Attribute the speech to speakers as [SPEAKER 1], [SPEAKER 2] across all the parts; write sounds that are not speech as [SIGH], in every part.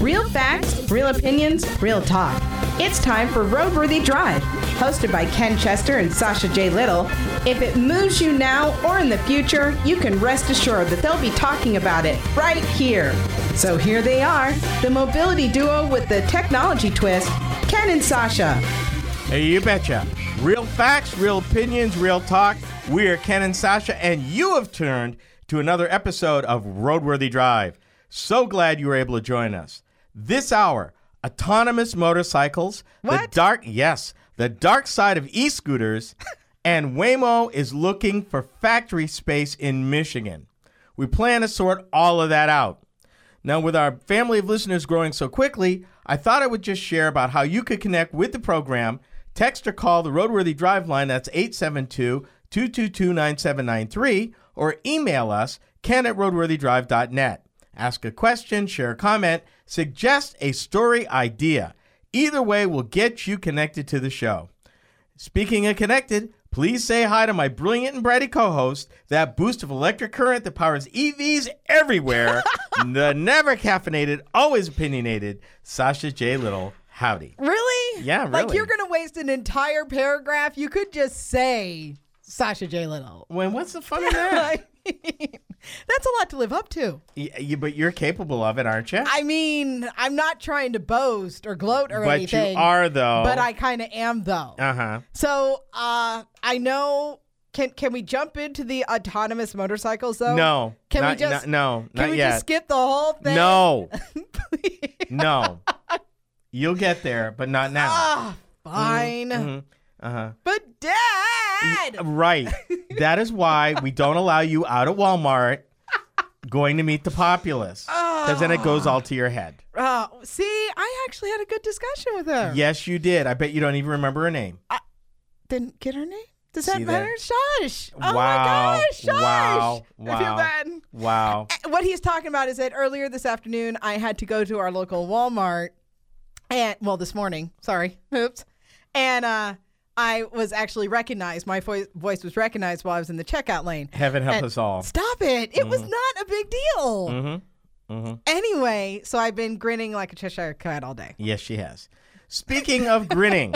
[SPEAKER 1] Real facts, real opinions, real talk. It's time for Roadworthy Drive, hosted by Ken Chester and Sasha J. Little. If it moves you now or in the future, you can rest assured that they'll be talking about it right here. So here they are, the mobility duo with the technology twist, Ken and Sasha.
[SPEAKER 2] Hey, you betcha. Real facts, real opinions, real talk. We are Ken and Sasha, and you have turned to another episode of Roadworthy Drive. So glad you were able to join us. This hour, autonomous motorcycles,
[SPEAKER 1] What?
[SPEAKER 2] the dark, yes, the dark side of e scooters, and Waymo is looking for factory space in Michigan. We plan to sort all of that out. Now, with our family of listeners growing so quickly, I thought I would just share about how you could connect with the program. Text or call the Roadworthy Drive line, that's 872 222 9793, or email us, ken at roadworthydrive.net. Ask a question, share a comment, suggest a story idea. Either way will get you connected to the show. Speaking of connected, please say hi to my brilliant and bratty co host, that boost of electric current that powers EVs everywhere, the never caffeinated, always opinionated, Sasha J. Little. Howdy.
[SPEAKER 3] Really?
[SPEAKER 2] Yeah,
[SPEAKER 3] Like
[SPEAKER 2] really.
[SPEAKER 3] you're gonna waste an entire paragraph. You could just say Sasha J. Little.
[SPEAKER 2] When what's the fun
[SPEAKER 3] [LAUGHS]
[SPEAKER 2] of that?
[SPEAKER 3] I mean, [LAUGHS] that's a lot to live up to.
[SPEAKER 2] Y- you- but you're capable of it, aren't you?
[SPEAKER 3] I mean, I'm not trying to boast or gloat or
[SPEAKER 2] but
[SPEAKER 3] anything.
[SPEAKER 2] you are, though.
[SPEAKER 3] But I kind of am though.
[SPEAKER 2] Uh huh.
[SPEAKER 3] so uh, I know. Can can we jump into the autonomous motorcycles though?
[SPEAKER 2] No.
[SPEAKER 3] Can
[SPEAKER 2] not,
[SPEAKER 3] we just?
[SPEAKER 2] not- no.
[SPEAKER 3] Can
[SPEAKER 2] not
[SPEAKER 3] we
[SPEAKER 2] yet.
[SPEAKER 3] just skip the whole thing?
[SPEAKER 2] no.
[SPEAKER 3] Please.
[SPEAKER 2] No. You'll get there, but not now.
[SPEAKER 3] [LAUGHS] Ah,
[SPEAKER 2] Mm-hmm.
[SPEAKER 3] fine.
[SPEAKER 2] Uh huh.
[SPEAKER 3] But Dad.
[SPEAKER 2] Right. That is why we don't allow you out of Walmart going to meet the populace. Because then it goes all to your head.
[SPEAKER 3] Uh, see, I actually had a good discussion with her.
[SPEAKER 2] Yes, you did. I bet you don't even remember her name.
[SPEAKER 3] Then get her name. Does
[SPEAKER 2] See
[SPEAKER 3] that
[SPEAKER 2] that?
[SPEAKER 3] matter? Shush. Oh my
[SPEAKER 2] Wow.
[SPEAKER 3] gosh. Shush.
[SPEAKER 2] Wow.
[SPEAKER 3] I feel
[SPEAKER 2] Wow.
[SPEAKER 3] bad.
[SPEAKER 2] Wow.
[SPEAKER 3] What he's talking about is that earlier this afternoon, I had to go to our local Walmart. And, well, this morning. Sorry. [LAUGHS] Oops. And uh, I was actually recognized. My vo- voice was recognized while I was in the checkout lane.
[SPEAKER 2] Heaven help
[SPEAKER 3] And-
[SPEAKER 2] us all. Mm-hmm.
[SPEAKER 3] Stop it. It was not a big deal. Anyway, so I've been grinning like a Cheshire cat all day.
[SPEAKER 2] Yes, she has. Speaking of grinning,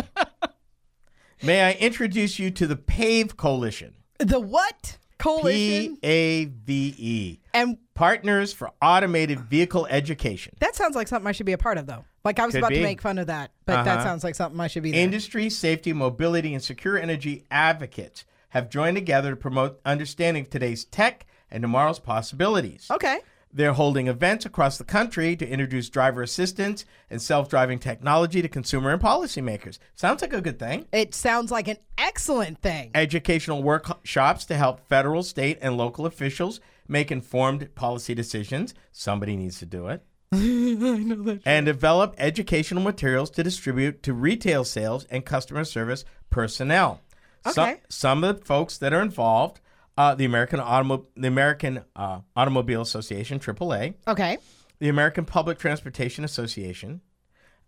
[SPEAKER 2] may I introduce you to the PAVE Coalition?
[SPEAKER 3] The what? Coalition.
[SPEAKER 2] P A V E.
[SPEAKER 3] and
[SPEAKER 2] Partners for Automated Vehicle Education.
[SPEAKER 3] That sounds like something I should be a part of, though. Like I was
[SPEAKER 2] Could
[SPEAKER 3] about
[SPEAKER 2] be.
[SPEAKER 3] to make fun of that, but
[SPEAKER 2] Uh-huh.
[SPEAKER 3] that sounds like something I should be. There.
[SPEAKER 2] Industry, safety, mobility, and secure energy advocates have joined together to promote understanding of today's tech and tomorrow's possibilities.
[SPEAKER 3] okay.
[SPEAKER 2] They're holding events across the country to introduce driver assistance and self driving technology to consumer and policymakers. Sounds like a good thing.
[SPEAKER 3] It sounds like an excellent thing.
[SPEAKER 2] Educational workshops to help federal, state, and local officials make informed policy decisions. Somebody needs to do it. and develop educational materials to distribute to retail sales and customer service personnel. Some,
[SPEAKER 3] Okay.
[SPEAKER 2] some of the folks that are involved, uh, the American Automo- the American uh, Automobile Association AAA,
[SPEAKER 3] [LAUGHS] Okay.
[SPEAKER 2] the American Public Transportation Association,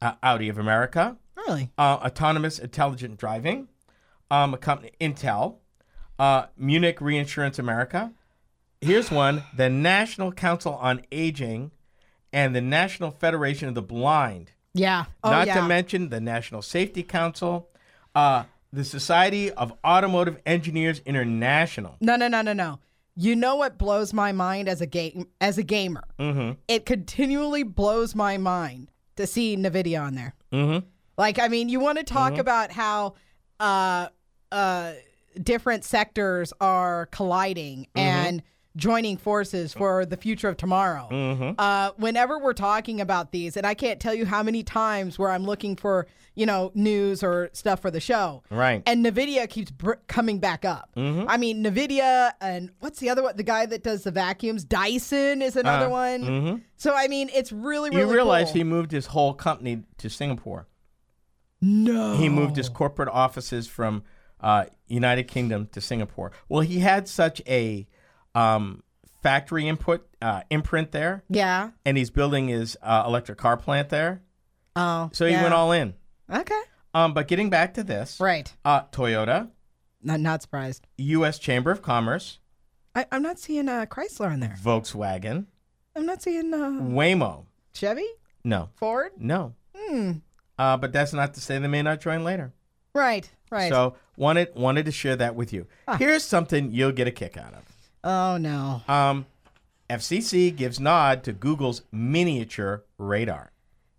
[SPEAKER 2] uh, Audi of America,
[SPEAKER 3] Really?
[SPEAKER 2] uh, autonomous intelligent driving, um, a company Intel, uh, Munich Reinsurance America. Here's one: the National Council on Aging, and the National Federation of the Blind.
[SPEAKER 3] Yeah. Oh
[SPEAKER 2] Not
[SPEAKER 3] yeah.
[SPEAKER 2] to mention the National Safety Council, uh, the Society of Automotive Engineers International.
[SPEAKER 3] no, no, no, no, no. You know what blows my mind as a game as a gamer? Mm-hmm. It continually blows my mind to see Nvidia on there. Mm-hmm. Like, I mean, you want to
[SPEAKER 2] Mm-hmm.
[SPEAKER 3] talk about how uh, uh, different sectors are colliding
[SPEAKER 2] Mm-hmm.
[SPEAKER 3] and joining forces for the future of tomorrow.
[SPEAKER 2] Mm-hmm.
[SPEAKER 3] Uh, whenever we're talking about these, and I can't tell you how many times where I'm looking for, you know, news or stuff for the show.
[SPEAKER 2] Right. Mm-hmm.
[SPEAKER 3] And NVIDIA keeps br- coming back up. I mean, NVIDIA and what's the other one? The guy that does the vacuums, Dyson is another one. So, I mean, it's really, really
[SPEAKER 2] Uh, mm-hmm. you realize
[SPEAKER 3] cool.
[SPEAKER 2] he moved his whole company to Singapore.
[SPEAKER 3] No.
[SPEAKER 2] He moved his corporate offices from uh, United Kingdom to Singapore. Well, he had such a um, factory input uh, imprint there,
[SPEAKER 3] Yeah.
[SPEAKER 2] and he's building his uh, electric car plant there.
[SPEAKER 3] Oh.
[SPEAKER 2] So he
[SPEAKER 3] yeah.
[SPEAKER 2] went all in.
[SPEAKER 3] Okay.
[SPEAKER 2] Um, but getting back to this,
[SPEAKER 3] Right.
[SPEAKER 2] uh, Toyota,
[SPEAKER 3] Not, not surprised.
[SPEAKER 2] U.S. Chamber of Commerce,
[SPEAKER 3] I, I'm not seeing uh, Chrysler on there.
[SPEAKER 2] Volkswagen,
[SPEAKER 3] I'm not seeing uh,
[SPEAKER 2] Mm. Waymo.
[SPEAKER 3] Chevy,
[SPEAKER 2] No,
[SPEAKER 3] Ford.
[SPEAKER 2] no.
[SPEAKER 3] Hmm.
[SPEAKER 2] Uh, but that's not to say they may not join later.
[SPEAKER 3] Right, right.
[SPEAKER 2] So wanted wanted to share that with you. Here's something you'll get a kick out of.
[SPEAKER 3] oh no.
[SPEAKER 2] Um, FCC gives nod to Google's miniature radar.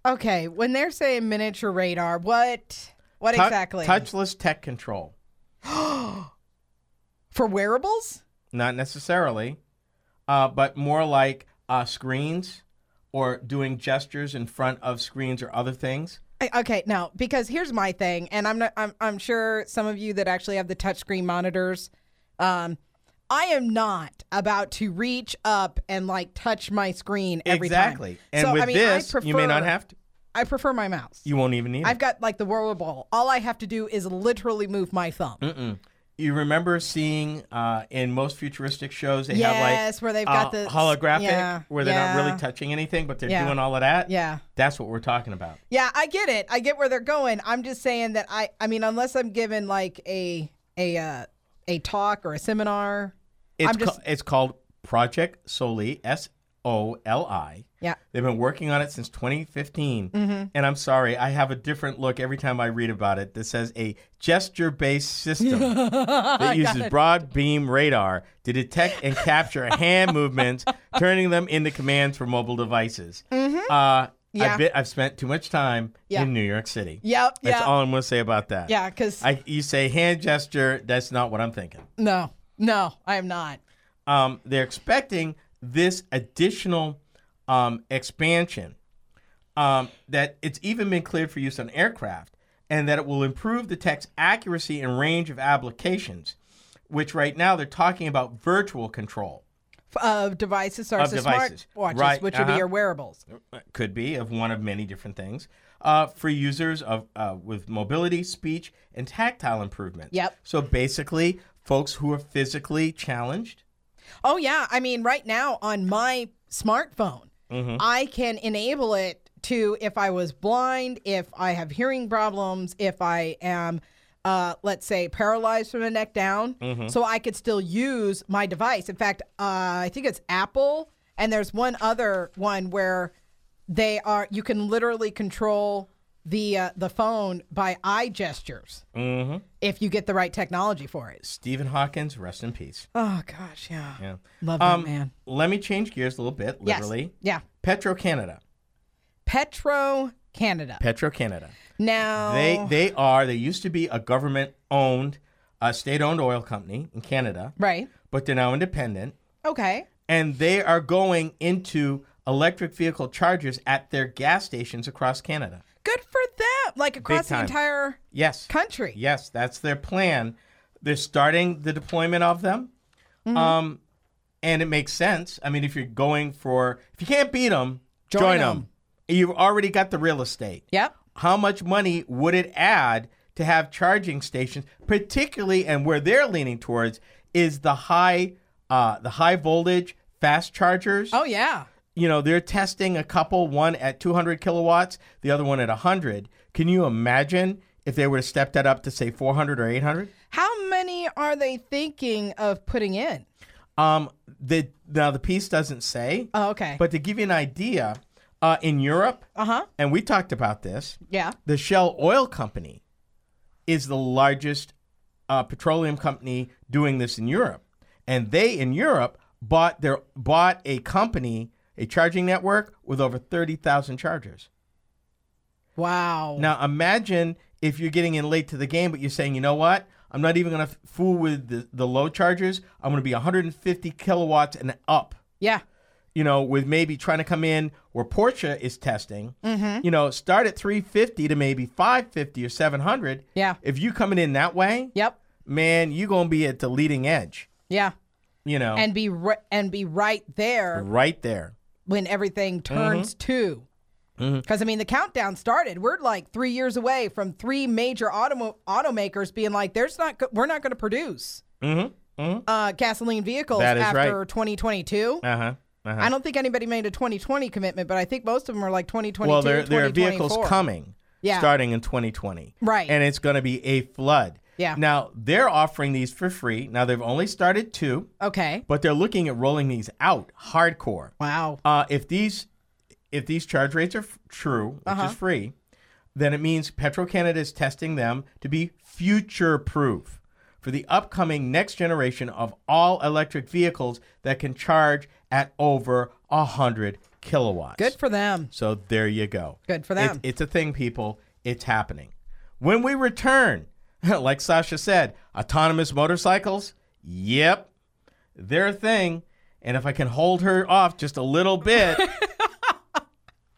[SPEAKER 3] Okay, when they're saying miniature radar, what what
[SPEAKER 2] Tou-
[SPEAKER 3] exactly?
[SPEAKER 2] Touchless tech control.
[SPEAKER 3] for wearables?
[SPEAKER 2] Not necessarily, uh, but more like uh, screens or doing gestures in front of screens or other things.
[SPEAKER 3] I, okay, no, because here's my thing, and I'm not, I'm I'm sure some of you that actually have the touchscreen monitors, um, I am not about to reach up and like touch my screen every
[SPEAKER 2] exactly.
[SPEAKER 3] time.
[SPEAKER 2] And
[SPEAKER 3] So,
[SPEAKER 2] with
[SPEAKER 3] I mean, I
[SPEAKER 2] this, you may not
[SPEAKER 3] prefer-
[SPEAKER 2] have to.
[SPEAKER 3] I prefer my mouse.
[SPEAKER 2] You won't even need
[SPEAKER 3] I've
[SPEAKER 2] it.
[SPEAKER 3] got like the rollerball. All I have to do is literally move my thumb.
[SPEAKER 2] Mm-hmm. You remember seeing uh, in most futuristic shows they have
[SPEAKER 3] Yes,
[SPEAKER 2] like
[SPEAKER 3] where they've
[SPEAKER 2] uh,
[SPEAKER 3] got this-
[SPEAKER 2] holographic
[SPEAKER 3] yeah,
[SPEAKER 2] where they're not
[SPEAKER 3] yeah.
[SPEAKER 2] really touching anything, but they're
[SPEAKER 3] Yeah.
[SPEAKER 2] doing all of that.
[SPEAKER 3] Yeah.
[SPEAKER 2] That's what we're talking about.
[SPEAKER 3] Yeah, I get it. I get where they're going. I'm just saying that I I mean unless I'm given like a a uh, a talk or a seminar.
[SPEAKER 2] It's,
[SPEAKER 3] I'm just-
[SPEAKER 2] ca- it's called Project Soli, S O L I.
[SPEAKER 3] Yeah.
[SPEAKER 2] They've been working on it since 2015.
[SPEAKER 3] Mm-hmm.
[SPEAKER 2] And I'm sorry, I have a different look every time I read about it that says a gesture based
[SPEAKER 3] [LAUGHS]
[SPEAKER 2] system that uses broad beam radar to detect and capture
[SPEAKER 3] [LAUGHS]
[SPEAKER 2] hand movements, turning them into commands for mobile devices. Uh,
[SPEAKER 3] Mm-hmm. Yeah.
[SPEAKER 2] I've, been, I've spent too much time
[SPEAKER 3] Yeah.
[SPEAKER 2] in New York City.
[SPEAKER 3] Yep,
[SPEAKER 2] That's
[SPEAKER 3] yeah.
[SPEAKER 2] all I'm going to say about that.
[SPEAKER 3] Yeah, cuz
[SPEAKER 2] I, you say hand gesture, that's not what I'm thinking.
[SPEAKER 3] no. No, I am not.
[SPEAKER 2] um, they're expecting this additional um, expansion um, that it's even been cleared for use on aircraft and that it will improve the tech's accuracy and range of applications which right now they're talking about virtual control
[SPEAKER 3] F- Of devices or
[SPEAKER 2] Of
[SPEAKER 3] so
[SPEAKER 2] devices.
[SPEAKER 3] smart watches,
[SPEAKER 2] Right,
[SPEAKER 3] which would
[SPEAKER 2] uh-huh.
[SPEAKER 3] be your wearables.
[SPEAKER 2] could be of one of many different things uh, for users of uh, with mobility speech and tactile improvements
[SPEAKER 3] Yep.
[SPEAKER 2] so basically folks who are physically challenged
[SPEAKER 3] Oh yeah, I mean right now on my smartphone, I can enable it to if I was blind, if I have hearing problems, if I am uh, let's say paralyzed from the neck down, so I could still use my device. In fact, uh, I think it's Apple, and there's one other one where they are you can literally control the uh, the phone by eye gestures if you get the right technology for it.
[SPEAKER 2] stephen hawkins rest in peace
[SPEAKER 3] Oh gosh, yeah,
[SPEAKER 2] yeah
[SPEAKER 3] love
[SPEAKER 2] Um,
[SPEAKER 3] that Oh, man.
[SPEAKER 2] Let me change gears a little bit, literally.
[SPEAKER 3] Yes. Yeah.
[SPEAKER 2] Petro Canada.
[SPEAKER 3] Petro Canada.
[SPEAKER 2] Petro Canada.
[SPEAKER 3] now
[SPEAKER 2] They they are they used to be a government owned, a state owned oil company in Canada,
[SPEAKER 3] Right.
[SPEAKER 2] but they're now independent,
[SPEAKER 3] Okay.
[SPEAKER 2] and they are going into electric vehicle chargers at their gas stations across Canada.
[SPEAKER 3] Good for them. Like across the
[SPEAKER 2] time.
[SPEAKER 3] entire
[SPEAKER 2] Yes.
[SPEAKER 3] country.
[SPEAKER 2] Yes, that's their plan. They're starting the deployment of them. Um, and it makes sense. I mean, if you're going for, if you can't beat them,
[SPEAKER 3] Join
[SPEAKER 2] join,
[SPEAKER 3] 'em.
[SPEAKER 2] them. You've already got the real estate.
[SPEAKER 3] Yep.
[SPEAKER 2] How much money would it add to have charging stations, particularly, and where they're leaning towards is the high, uh, the high voltage fast chargers
[SPEAKER 3] Oh yeah.
[SPEAKER 2] you know they're testing a couple one at 200 kilowatts the other one at 100 can you imagine if they were to step that up to say 400 or 800
[SPEAKER 3] How many are they thinking of putting in?
[SPEAKER 2] um the now the piece doesn't say
[SPEAKER 3] Oh, okay.
[SPEAKER 2] but to give you an idea uh, in europe
[SPEAKER 3] Uh-huh.
[SPEAKER 2] and we talked about this
[SPEAKER 3] yeah.
[SPEAKER 2] the shell oil company is the largest uh, petroleum company doing this in europe and they in europe bought their bought a company a charging network with over 30000 chargers
[SPEAKER 3] Wow.
[SPEAKER 2] Now imagine if you're getting in late to the game, but you're saying, you know what? I'm not even going to fool with the, the low chargers. I'm going to be 150 kilowatts and up.
[SPEAKER 3] Yeah.
[SPEAKER 2] You know, with maybe trying to come in where Porsche is testing.
[SPEAKER 3] Mm-hmm.
[SPEAKER 2] You know, start at 350 to maybe 550 or 700.
[SPEAKER 3] Yeah.
[SPEAKER 2] If you coming in that way,
[SPEAKER 3] Yep.
[SPEAKER 2] man, you're going to be at the leading edge.
[SPEAKER 3] Yeah.
[SPEAKER 2] You know,
[SPEAKER 3] And be ri- and be right there
[SPEAKER 2] right there.
[SPEAKER 3] when everything turns
[SPEAKER 2] Mm-hmm.
[SPEAKER 3] to. Because I mean, the countdown started. We're like three years away from three major auto automakers being like, "There's not, go- we're not going to produce Uh, gasoline vehicles
[SPEAKER 2] Mm-hmm. That is
[SPEAKER 3] after
[SPEAKER 2] right.
[SPEAKER 3] 2022."
[SPEAKER 2] Uh huh. Uh huh.
[SPEAKER 3] I don't think anybody made a 2020 commitment, but I think most of them are like 2022.
[SPEAKER 2] Well, there, there are vehicles
[SPEAKER 3] 2024.
[SPEAKER 2] coming
[SPEAKER 3] Yeah.
[SPEAKER 2] starting in 2020.
[SPEAKER 3] Right.
[SPEAKER 2] And it's going to be a flood.
[SPEAKER 3] Yeah.
[SPEAKER 2] Now they're offering these for free. Now they've only started two,
[SPEAKER 3] Okay.
[SPEAKER 2] but they're looking at rolling these out hardcore.
[SPEAKER 3] Wow.
[SPEAKER 2] Uh, if these if these charge rates are f- true, which
[SPEAKER 3] Uh-huh.
[SPEAKER 2] is free, then it means Petro-Canada is testing them to be future proof for the upcoming next generation of all electric vehicles that can charge at over 100 kilowatts.
[SPEAKER 3] Good for them.
[SPEAKER 2] So there you go.
[SPEAKER 3] Good for
[SPEAKER 2] It's-
[SPEAKER 3] them.
[SPEAKER 2] it's a thing, people. It's happening. When we return, [LAUGHS] like Sasha said, autonomous motorcycles, yep, they're a thing. And if I can hold her off just a
[SPEAKER 3] [LAUGHS]
[SPEAKER 2] little bit,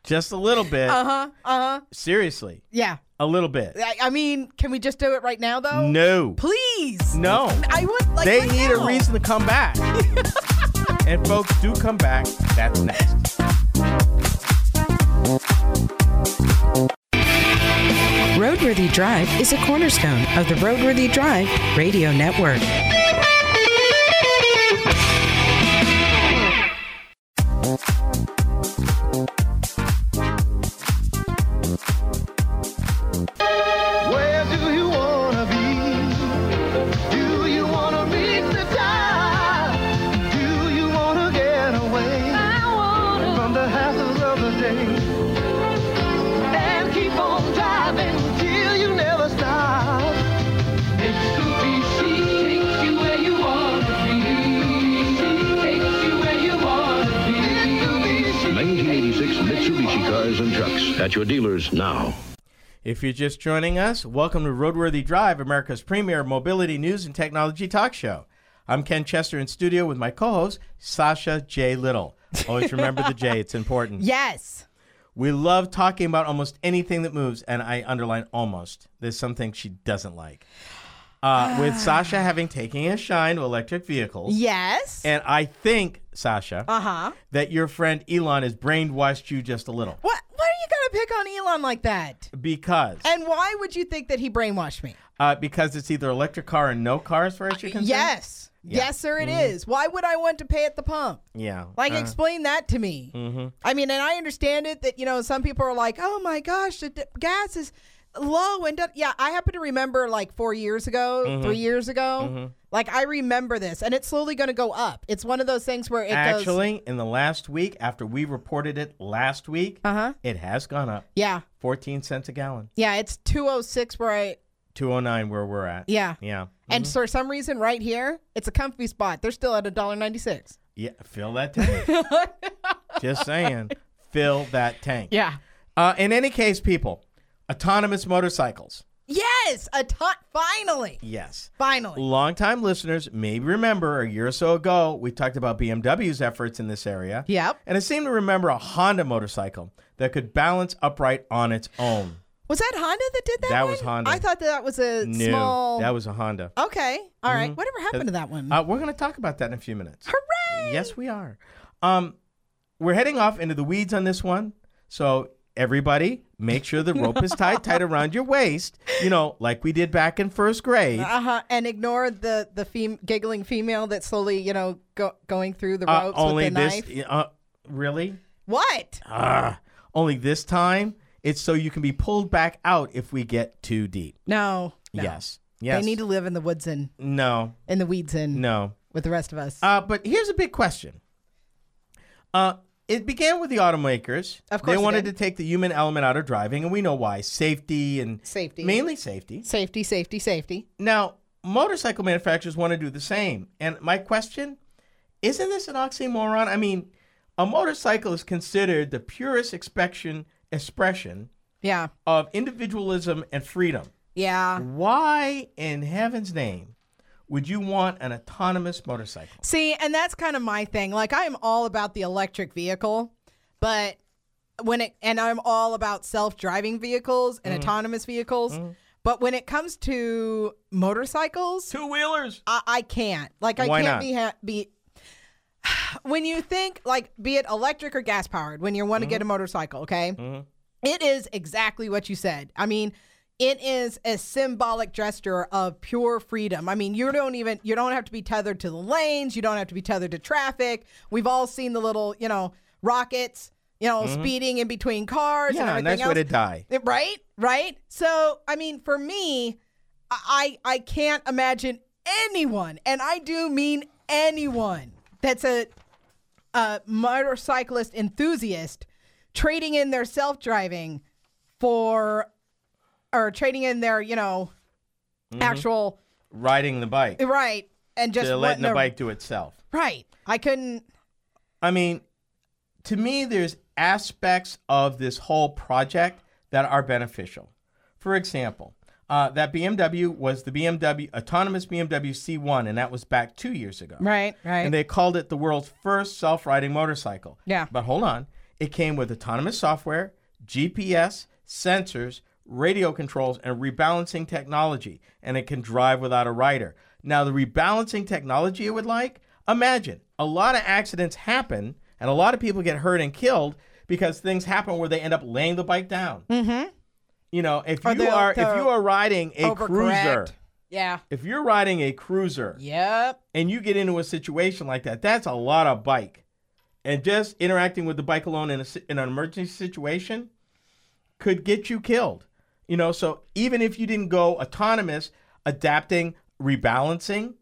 [SPEAKER 2] just a little bit. Uh huh. Uh huh. Seriously,
[SPEAKER 3] Uh-huh, Yeah.
[SPEAKER 2] a little bit.
[SPEAKER 3] I, I mean, can we just do it right now, though?
[SPEAKER 2] No.
[SPEAKER 3] Please.
[SPEAKER 2] No.
[SPEAKER 3] I would like.
[SPEAKER 2] They
[SPEAKER 3] right
[SPEAKER 2] need a
[SPEAKER 3] now.
[SPEAKER 2] reason to
[SPEAKER 3] [LAUGHS]
[SPEAKER 2] come back. and folks do come back. That's next.
[SPEAKER 1] Roadworthy Drive is a cornerstone of the Roadworthy Drive radio network.
[SPEAKER 4] Where do you wanna be? Do you wanna meet the tide? Do you wanna get away from the hassles of the day? And keep on driving till you never stop. Takes you where you wanna be. Takes you where you wanna be.
[SPEAKER 5] 1986 Mitsubishi Cars and Trucks at your dealers now.
[SPEAKER 2] If you're just joining us, welcome to Roadworthy Drive, America's premier mobility news and technology talk show. I'm Ken Chester in studio with my co-host Sasha J. Little. Always remember the J; it's
[SPEAKER 3] [LAUGHS]
[SPEAKER 2] important.
[SPEAKER 3] Yes.
[SPEAKER 2] We love talking about almost anything that moves, and I underline almost. There's something she doesn't like. Uh,
[SPEAKER 3] [SIGHS]
[SPEAKER 2] with Sasha having taken a shine to electric vehicles,
[SPEAKER 3] Yes.
[SPEAKER 2] and I think Sasha
[SPEAKER 3] Uh huh.
[SPEAKER 2] that your friend Elon has brainwashed you just a little
[SPEAKER 3] What? Why are you gonna pick on Elon like that?
[SPEAKER 2] because
[SPEAKER 3] And why would you think that he brainwashed me?
[SPEAKER 2] uh, because it's either electric car and no car as far as you're concerned. Mm-hmm.
[SPEAKER 3] Yes. Yes, sir. It is. Why would I want to pay at the pump?
[SPEAKER 2] Yeah.
[SPEAKER 3] Like,
[SPEAKER 2] uh,
[SPEAKER 3] explain that to me.
[SPEAKER 2] Mm-hmm.
[SPEAKER 3] I mean, and I understand it that you know some people are like, "Oh my gosh, the d- gas is low," and don't-" yeah, I happen to remember like four years ago,
[SPEAKER 2] Mm-hmm.
[SPEAKER 3] three years ago, like I remember this, and it's slowly going to go up. It's one of those things where it goes,
[SPEAKER 2] actually, in the last week, after we reported it last week,
[SPEAKER 3] Uh-huh.
[SPEAKER 2] it has gone up
[SPEAKER 3] yeah,
[SPEAKER 2] 14 cents a gallon,
[SPEAKER 3] yeah, it's two oh six where I
[SPEAKER 2] 209 where we're at.
[SPEAKER 3] yeah.
[SPEAKER 2] Yeah. Mm-hmm.
[SPEAKER 3] And for some reason, right here, it's a comfy spot. They're still at a dollar ninety six.
[SPEAKER 2] Yeah. Fill that tank.
[SPEAKER 3] [LAUGHS]
[SPEAKER 2] Just saying. Fill that tank.
[SPEAKER 3] Yeah.
[SPEAKER 2] Uh, in any case, people, autonomous motorcycles.
[SPEAKER 3] Yes, a ton. Finally,
[SPEAKER 2] Yes.
[SPEAKER 3] finally.
[SPEAKER 2] Longtime listeners may remember a year or so ago, we talked about BMW's efforts in this area.
[SPEAKER 3] Yep.
[SPEAKER 2] And I seem to remember a Honda motorcycle that could balance upright on its own.
[SPEAKER 3] Was that Honda that did that?
[SPEAKER 2] That
[SPEAKER 3] one?
[SPEAKER 2] was Honda.
[SPEAKER 3] I thought that was a
[SPEAKER 2] No,
[SPEAKER 3] small.
[SPEAKER 2] that was a Honda.
[SPEAKER 3] Okay. All
[SPEAKER 2] Mm-hmm.
[SPEAKER 3] right. Whatever happened to that one?
[SPEAKER 2] Uh, we're going to talk about that in a few minutes.
[SPEAKER 3] Hooray!
[SPEAKER 2] Yes, we are. Um, we're heading off into the weeds on this one. So, everybody, make sure the rope is
[SPEAKER 3] [LAUGHS]
[SPEAKER 2] tied tight around your waist, you know, like we did back in first grade.
[SPEAKER 3] Uh huh. And ignore the the fem- giggling female that's slowly, you know, go- going through the
[SPEAKER 2] Uh,
[SPEAKER 3] ropes
[SPEAKER 2] only
[SPEAKER 3] with the
[SPEAKER 2] this.
[SPEAKER 3] knife.
[SPEAKER 2] Uh, really?
[SPEAKER 3] What?
[SPEAKER 2] Ah, only this time, it's so you can be pulled back out if we get too deep.
[SPEAKER 3] No. no.
[SPEAKER 2] Yes. Yes.
[SPEAKER 3] They need to live in the woods and
[SPEAKER 2] no,
[SPEAKER 3] in the weeds and
[SPEAKER 2] no.
[SPEAKER 3] with the rest of us.
[SPEAKER 2] Uh, but here's a big question. Uh, it began with the automakers.
[SPEAKER 3] Of course it
[SPEAKER 2] they wanted
[SPEAKER 3] did.
[SPEAKER 2] to take the human element out of driving, and we know why: safety and
[SPEAKER 3] Safety.
[SPEAKER 2] mainly safety.
[SPEAKER 3] safety, safety, safety.
[SPEAKER 2] Now, motorcycle manufacturers want to do the same. And my question: Isn't this an oxymoron? I mean, a motorcycle is considered the purest expression expression
[SPEAKER 3] Yeah.
[SPEAKER 2] of individualism and freedom.
[SPEAKER 3] Yeah.
[SPEAKER 2] Why in heaven's name would you want an autonomous motorcycle?
[SPEAKER 3] See, and that's kind of my thing. Like I am all about the electric vehicle, but when it and I'm all about self-driving vehicles and
[SPEAKER 2] Mm-hmm.
[SPEAKER 3] autonomous vehicles, but when it comes to motorcycles,
[SPEAKER 2] Two wheelers.
[SPEAKER 3] I, I can't. Like I
[SPEAKER 2] Why
[SPEAKER 3] can't
[SPEAKER 2] not?
[SPEAKER 3] be ha- be. [SIGHS] when you think like be it electric or gas powered, when you want to get a
[SPEAKER 2] Mm-hmm.
[SPEAKER 3] motorcycle, okay, It is exactly what you said. I mean. It is a symbolic gesture of pure freedom. I mean, you don't even you don't have to be tethered to the lanes. You don't have to be tethered to traffic. We've all seen the little, you know, rockets, you know, speeding in between cars.
[SPEAKER 2] Mm-hmm. Yeah,
[SPEAKER 3] and
[SPEAKER 2] a nice
[SPEAKER 3] everything
[SPEAKER 2] way to
[SPEAKER 3] else.
[SPEAKER 2] die.
[SPEAKER 3] Right, right. So, I mean, for me, I I can't imagine anyone, and I do mean anyone that's a a motorcyclist enthusiast trading in their self driving for or trading in their you know actual
[SPEAKER 2] Riding the bike.
[SPEAKER 3] right and just
[SPEAKER 2] Mm-hmm. They're letting
[SPEAKER 3] wanting
[SPEAKER 2] the
[SPEAKER 3] to-
[SPEAKER 2] bike do itself.
[SPEAKER 3] right. I couldn't.
[SPEAKER 2] I mean, to me, there's aspects of this whole project that are beneficial. For example, uh, that BMW was the BMW autonomous BMW C1, and that was back two years ago.
[SPEAKER 3] Right, right.
[SPEAKER 2] And they called it the world's first self-riding motorcycle.
[SPEAKER 3] Yeah.
[SPEAKER 2] But hold on, it came with autonomous software, GPS, sensors, radio controls, and rebalancing technology, and it can drive without a rider. Now, the rebalancing technology it would like, imagine a lot of accidents happen, and a lot of people get hurt and killed because things happen where they end up laying the bike down. Mm-hmm. You know, if
[SPEAKER 3] Or
[SPEAKER 2] you
[SPEAKER 3] they'll-
[SPEAKER 2] are if
[SPEAKER 3] they'll
[SPEAKER 2] you are riding a cruiser,
[SPEAKER 3] Overcorrect. Yeah.
[SPEAKER 2] if you're riding a cruiser,
[SPEAKER 3] Yep.
[SPEAKER 2] and you get into a situation like that, that's a lot of bike. And just interacting with the bike alone in, a, si- in an emergency situation could get you killed. You know, so even if you didn't go autonomous, adapting, rebalancing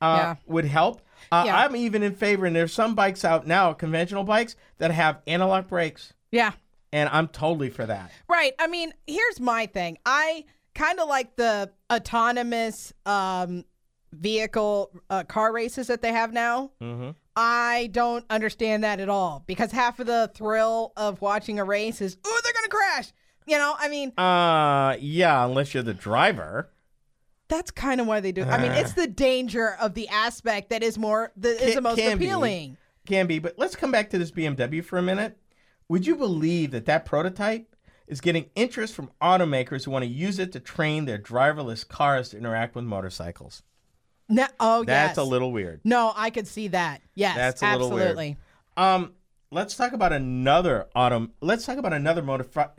[SPEAKER 2] uh,
[SPEAKER 3] Yeah.
[SPEAKER 2] would help. Uh,
[SPEAKER 3] Yeah.
[SPEAKER 2] I'm even in favor, and there's some bikes out now, conventional bikes, that have analog brakes,
[SPEAKER 3] Yeah.
[SPEAKER 2] and I'm totally for that.
[SPEAKER 3] Right. I mean, here's my thing. I kind of like the autonomous um, vehicle uh, car races that they have now. Mm-hmm. I don't understand that at all because half of the thrill of watching a race is, oh, they're going to crash. You know, I mean,
[SPEAKER 2] Uh, yeah, unless you're the driver.
[SPEAKER 3] that's kind of why they do. I mean,
[SPEAKER 2] [SIGHS]
[SPEAKER 3] it's the danger of the aspect that is more that is
[SPEAKER 2] It
[SPEAKER 3] the most
[SPEAKER 2] can be.
[SPEAKER 3] appealing.
[SPEAKER 2] Can be, but let's come back to this BMW for a minute. Would you believe that that prototype is getting interest from automakers who want to use it to train their driverless cars to interact with motorcycles?
[SPEAKER 3] No, oh,
[SPEAKER 2] That's
[SPEAKER 3] yes.
[SPEAKER 2] a little weird.
[SPEAKER 3] No, I could see that. Yes,
[SPEAKER 2] That's a little
[SPEAKER 3] absolutely.
[SPEAKER 2] weird. Um, let's talk about another auto. Let's talk about another motor-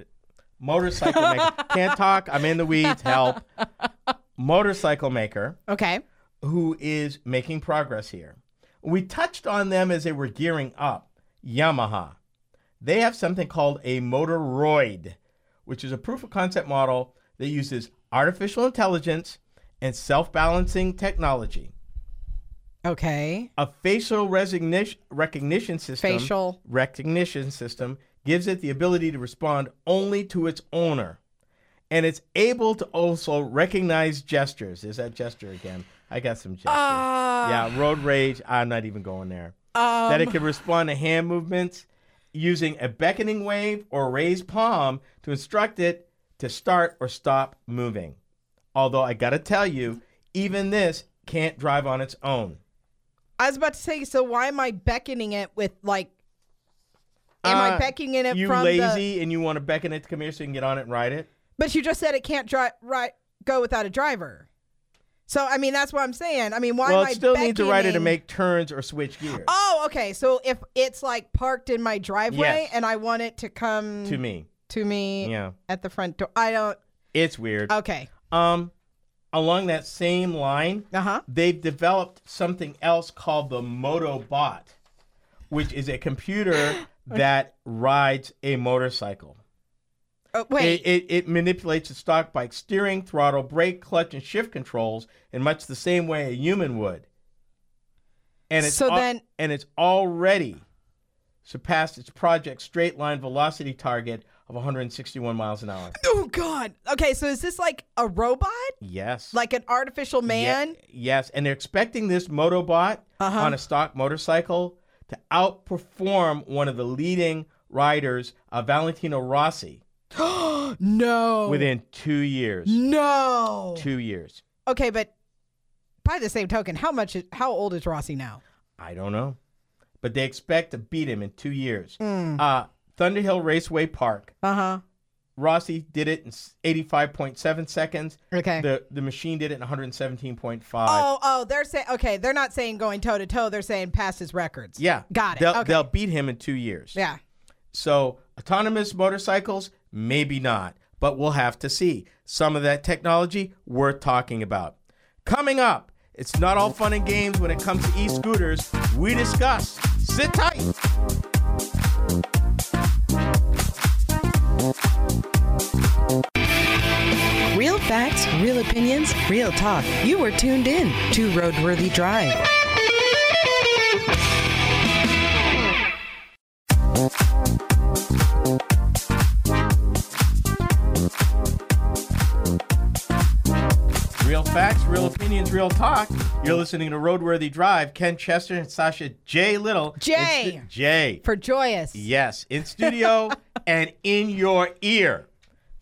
[SPEAKER 3] [LAUGHS]
[SPEAKER 2] motorcycle maker. Can't talk. I'm in the weeds. Help. Motorcycle maker
[SPEAKER 3] Okay.
[SPEAKER 2] who is making progress here. We touched on them as they were gearing up. Yamaha. They have something called a Motoroid, which is a proof of concept model that uses artificial intelligence and self balancing technology,
[SPEAKER 3] Okay.
[SPEAKER 2] a facial recognition, recognition system.
[SPEAKER 3] Facial.
[SPEAKER 2] recognition system gives it the ability to respond only to its owner. And it's able to also recognize gestures. Is that gesture again? I got some gestures. yeah, road rage. I'm not even going there. that it can respond to hand movements using a beckoning wave or raised palm to instruct it to start or stop moving. Although I got to tell you, even this can't drive on its own.
[SPEAKER 3] I was about to say, so why am I beckoning it with like? Am
[SPEAKER 2] Uh,
[SPEAKER 3] I beckoning it
[SPEAKER 2] you
[SPEAKER 3] from the?
[SPEAKER 2] lazy and you want to beckon it to come here so you can get on it and ride it?
[SPEAKER 3] But you just said it can't drive right go without a driver. So I mean, that's what I'm saying. I mean, why
[SPEAKER 2] Well,
[SPEAKER 3] am I
[SPEAKER 2] it still needs a rider to
[SPEAKER 3] beckoning-
[SPEAKER 2] make turns or switch gears
[SPEAKER 3] Oh, okay. So if it's like parked in my driveway
[SPEAKER 2] Yes.
[SPEAKER 3] and I want it to come
[SPEAKER 2] to me.
[SPEAKER 3] to me
[SPEAKER 2] Yeah.
[SPEAKER 3] at the front door, I don't.
[SPEAKER 2] It's weird.
[SPEAKER 3] Okay.
[SPEAKER 2] Um, along that same line,
[SPEAKER 3] Uh huh.
[SPEAKER 2] they've developed something else called the Motobot, which is a
[SPEAKER 3] [GASPS]
[SPEAKER 2] computer that rides a motorcycle.
[SPEAKER 3] Oh, wait.
[SPEAKER 2] It, it, it manipulates a stock bike steering, throttle, brake, clutch, and shift controls in much the same way a human would. And it's
[SPEAKER 3] So
[SPEAKER 2] al-
[SPEAKER 3] then-
[SPEAKER 2] and it's already surpassed its project straight line velocity target of 161 miles an hour.
[SPEAKER 3] oh God. Okay. So is this like a robot,
[SPEAKER 2] Yes.
[SPEAKER 3] like an artificial
[SPEAKER 2] Ye-
[SPEAKER 3] man?
[SPEAKER 2] yes, and they're expecting this Motobot
[SPEAKER 3] Uh-huh.
[SPEAKER 2] on a stock motorcycle to outperform one of the leading riders, uh, Valentino Rossi,
[SPEAKER 3] No.
[SPEAKER 2] within 2 years.
[SPEAKER 3] Oh. No.
[SPEAKER 2] 2 years.
[SPEAKER 3] Okay, but by the same token, how much? Is, how old is Rossi now?
[SPEAKER 2] I don't know. But they expect to beat him in two years.
[SPEAKER 3] Hmm.
[SPEAKER 2] Uh, Thunderhill Raceway Park.
[SPEAKER 3] Uh huh.
[SPEAKER 2] Rossi did it in s- 85.7 seconds.
[SPEAKER 3] Okay.
[SPEAKER 2] The the machine did it in 117.5.
[SPEAKER 3] oh, oh, they're saying okay. They're not saying going toe to toe. They're saying past his records.
[SPEAKER 2] yeah.
[SPEAKER 3] got it.
[SPEAKER 2] They'll,
[SPEAKER 3] okay.
[SPEAKER 2] they'll beat him in two years.
[SPEAKER 3] yeah.
[SPEAKER 2] So autonomous motorcycles, maybe not, but we'll have to see. Some of that technology worth talking about. Coming up, it's not all fun and games when it comes to e-scooters. We discuss. Sit tight.
[SPEAKER 1] Real facts, real opinions, real talk. You were tuned in to Roadworthy Drive.
[SPEAKER 2] Real facts, real opinions, real talk. You're listening to Roadworthy Drive. Ken Chester and Sasha J. Little.
[SPEAKER 3] Jay.
[SPEAKER 2] In stu- Jay.
[SPEAKER 3] For joyous.
[SPEAKER 2] Yes,
[SPEAKER 3] [LAUGHS]
[SPEAKER 2] in studio and in your ear.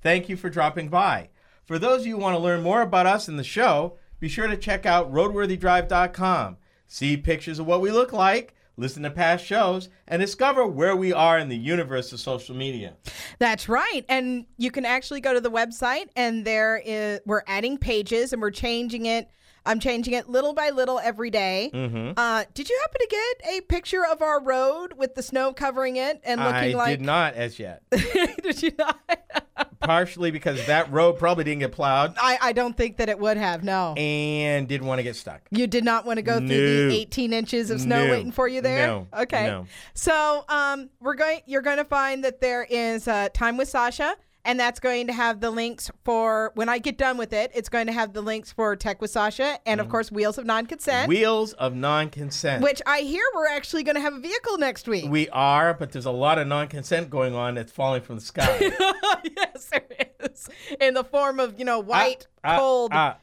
[SPEAKER 2] Thank you for dropping by. For those of you who want to learn more about us and the show, be sure to check out roadworthydrive.com. See pictures of what we look like, listen to past shows, and discover where we are in the universe of social media.
[SPEAKER 3] That's right. And you can actually go to the website and there is we're adding pages and we're changing it. I'm changing it little by little every day.
[SPEAKER 2] Mm-hmm.
[SPEAKER 3] Uh, did you happen to get a picture of our road with the snow covering it and looking
[SPEAKER 2] I
[SPEAKER 3] like?
[SPEAKER 2] did not as yet,
[SPEAKER 3] [LAUGHS] Did you not? [LAUGHS]
[SPEAKER 2] partially because that road probably didn't get plowed
[SPEAKER 3] I, I don't think that it would have. No,
[SPEAKER 2] and didn't want to get stuck.
[SPEAKER 3] you did not want to go through
[SPEAKER 2] No.
[SPEAKER 3] the 18 inches of snow
[SPEAKER 2] No.
[SPEAKER 3] waiting for you there.
[SPEAKER 2] No.
[SPEAKER 3] Okay.
[SPEAKER 2] No.
[SPEAKER 3] So um, we're going. You're going to find that there is uh, time with Sasha, and that's going to have the links for when I get done with it. It's going to have the links for Tech with Sasha, and
[SPEAKER 2] Mm.
[SPEAKER 3] of course Wheels of Non-Consent,
[SPEAKER 2] Wheels of non-consent.
[SPEAKER 3] which I hear we're actually going to have a vehicle next week.
[SPEAKER 2] we are, but there's a lot of non-consent going on that's falling from the sky.
[SPEAKER 3] [LAUGHS]
[SPEAKER 2] Ah,
[SPEAKER 3] yes, there is in the form of you know white,
[SPEAKER 2] Ah, ah,
[SPEAKER 3] cold.
[SPEAKER 2] ah.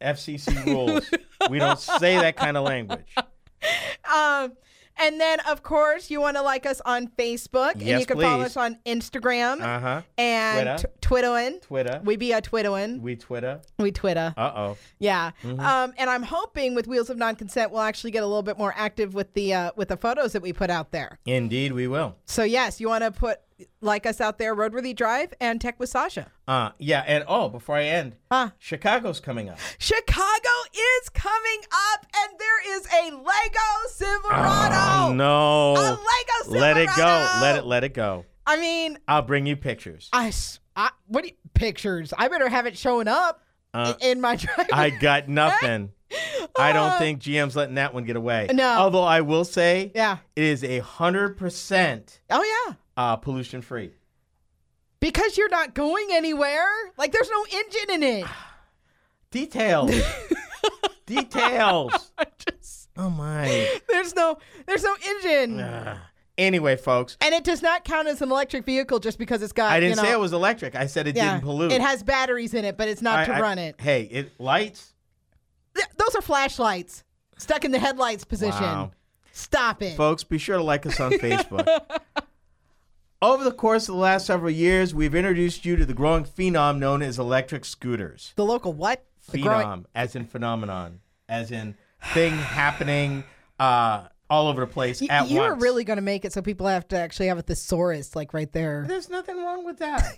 [SPEAKER 2] FCC rules. we don't say that kind of language.
[SPEAKER 3] Um, and then, of course, you want to like us on Facebook, and
[SPEAKER 2] Yes,
[SPEAKER 3] you can follow
[SPEAKER 2] please.
[SPEAKER 3] us on Instagram
[SPEAKER 2] Uh huh.
[SPEAKER 3] and
[SPEAKER 2] Twitter.
[SPEAKER 3] t- Twitterin.
[SPEAKER 2] Twitter. We,
[SPEAKER 3] We be a Twitterin.
[SPEAKER 2] Twitter.
[SPEAKER 3] We Twitter.
[SPEAKER 2] Uh oh.
[SPEAKER 3] yeah. Um, and I'm hoping with Wheels of Non-Consent, we'll actually get a little bit more active with the uh, with the photos that we put out there.
[SPEAKER 2] Indeed, we will.
[SPEAKER 3] So yes, you want to put like us out there, Roadworthy Drive and Tech with Sasha.
[SPEAKER 2] Uh yeah. And oh, before I end,
[SPEAKER 3] Huh.
[SPEAKER 2] Chicago's coming up.
[SPEAKER 3] Chicago is coming up, and there is a Lego Silverado.
[SPEAKER 2] Oh, no.
[SPEAKER 3] A Lego
[SPEAKER 2] let it go.
[SPEAKER 3] Silverado.
[SPEAKER 2] Let it. Let it go.
[SPEAKER 3] I mean,
[SPEAKER 2] I'll bring you pictures.
[SPEAKER 3] I, s- I- what do you, pictures? I better have it showing up
[SPEAKER 2] Uh,
[SPEAKER 3] i- in my [LAUGHS] driveway.
[SPEAKER 2] I got nothing. I don't think GM's letting that one get away.
[SPEAKER 3] Uh, No.
[SPEAKER 2] Although I will say,
[SPEAKER 3] yeah.
[SPEAKER 2] it is a hundred percent
[SPEAKER 3] Oh yeah.
[SPEAKER 2] uh pollution free.
[SPEAKER 3] Because you're not going anywhere. Like there's no engine in
[SPEAKER 2] [SIGHS]
[SPEAKER 3] it. [LAUGHS]
[SPEAKER 2] Details. Details. oh my.
[SPEAKER 3] There's no there's no engine.
[SPEAKER 2] Ugh. anyway, folks,
[SPEAKER 3] And it does not count as an electric vehicle just because it's got
[SPEAKER 2] I
[SPEAKER 3] Uh,
[SPEAKER 2] didn't
[SPEAKER 3] you know,
[SPEAKER 2] say it was electric. I said it
[SPEAKER 3] yeah,
[SPEAKER 2] didn't pollute.
[SPEAKER 3] It has batteries in it, but it's not
[SPEAKER 2] I-
[SPEAKER 3] to
[SPEAKER 2] I-
[SPEAKER 3] run it.
[SPEAKER 2] Hey, it lights.
[SPEAKER 3] Th- those are flashlights stuck in the headlights position.
[SPEAKER 2] Wow.
[SPEAKER 3] Stop it.
[SPEAKER 2] Folks, be sure to like us
[SPEAKER 3] [LAUGHS]
[SPEAKER 2] on Facebook. Over the course of the last several years, we've introduced you to the growing phenom known as electric scooters.
[SPEAKER 3] the local what? The
[SPEAKER 2] Phenom,
[SPEAKER 3] growing-
[SPEAKER 2] as in phenomenon, as in thing happening uh, all over the place
[SPEAKER 3] Y-
[SPEAKER 2] at
[SPEAKER 3] you are
[SPEAKER 2] once.
[SPEAKER 3] really going to make it so people have to actually have a thesaurus like right there.
[SPEAKER 2] There's nothing wrong with that.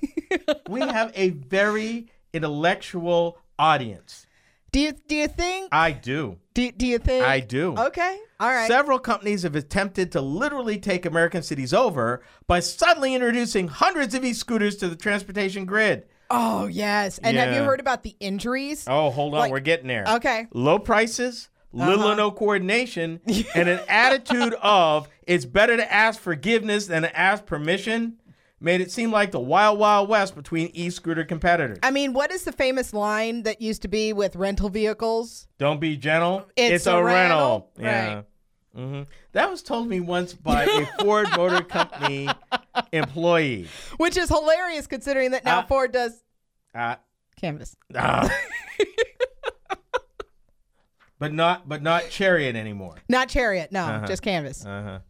[SPEAKER 2] we have a very intellectual audience.
[SPEAKER 3] Do you do you think
[SPEAKER 2] I do.
[SPEAKER 3] Do, do you think?
[SPEAKER 2] I do.
[SPEAKER 3] Okay. All right.
[SPEAKER 2] Several companies have attempted to literally take American cities over by suddenly introducing hundreds of e-scooters to the transportation grid.
[SPEAKER 3] oh, yes. And have you
[SPEAKER 2] Yeah.
[SPEAKER 3] heard about the injuries?
[SPEAKER 2] Oh, hold on,
[SPEAKER 3] Like-
[SPEAKER 2] we're getting there.
[SPEAKER 3] Okay. Uh-huh.
[SPEAKER 2] Low prices, little or no coordination,
[SPEAKER 3] [LAUGHS]
[SPEAKER 2] and an attitude of it's better to ask forgiveness than to ask permission made it seem like the wild wild west between e-scooter competitors.
[SPEAKER 3] I mean, what is the famous line that used to be with rental vehicles?
[SPEAKER 2] Don't be gentle.
[SPEAKER 3] It's a rental.
[SPEAKER 2] Yeah.
[SPEAKER 3] Right.
[SPEAKER 2] Mhm. That was told me once by
[SPEAKER 3] [LAUGHS]
[SPEAKER 2] a Ford Motor Company employee.
[SPEAKER 3] Which is hilarious considering that now
[SPEAKER 2] Uh,
[SPEAKER 3] Ford does
[SPEAKER 2] Uh,
[SPEAKER 3] canvas. [LAUGHS]
[SPEAKER 2] Ah. but not but not chariot anymore.
[SPEAKER 3] Not chariot, no,
[SPEAKER 2] Uh-huh.
[SPEAKER 3] just canvas.
[SPEAKER 2] Uh.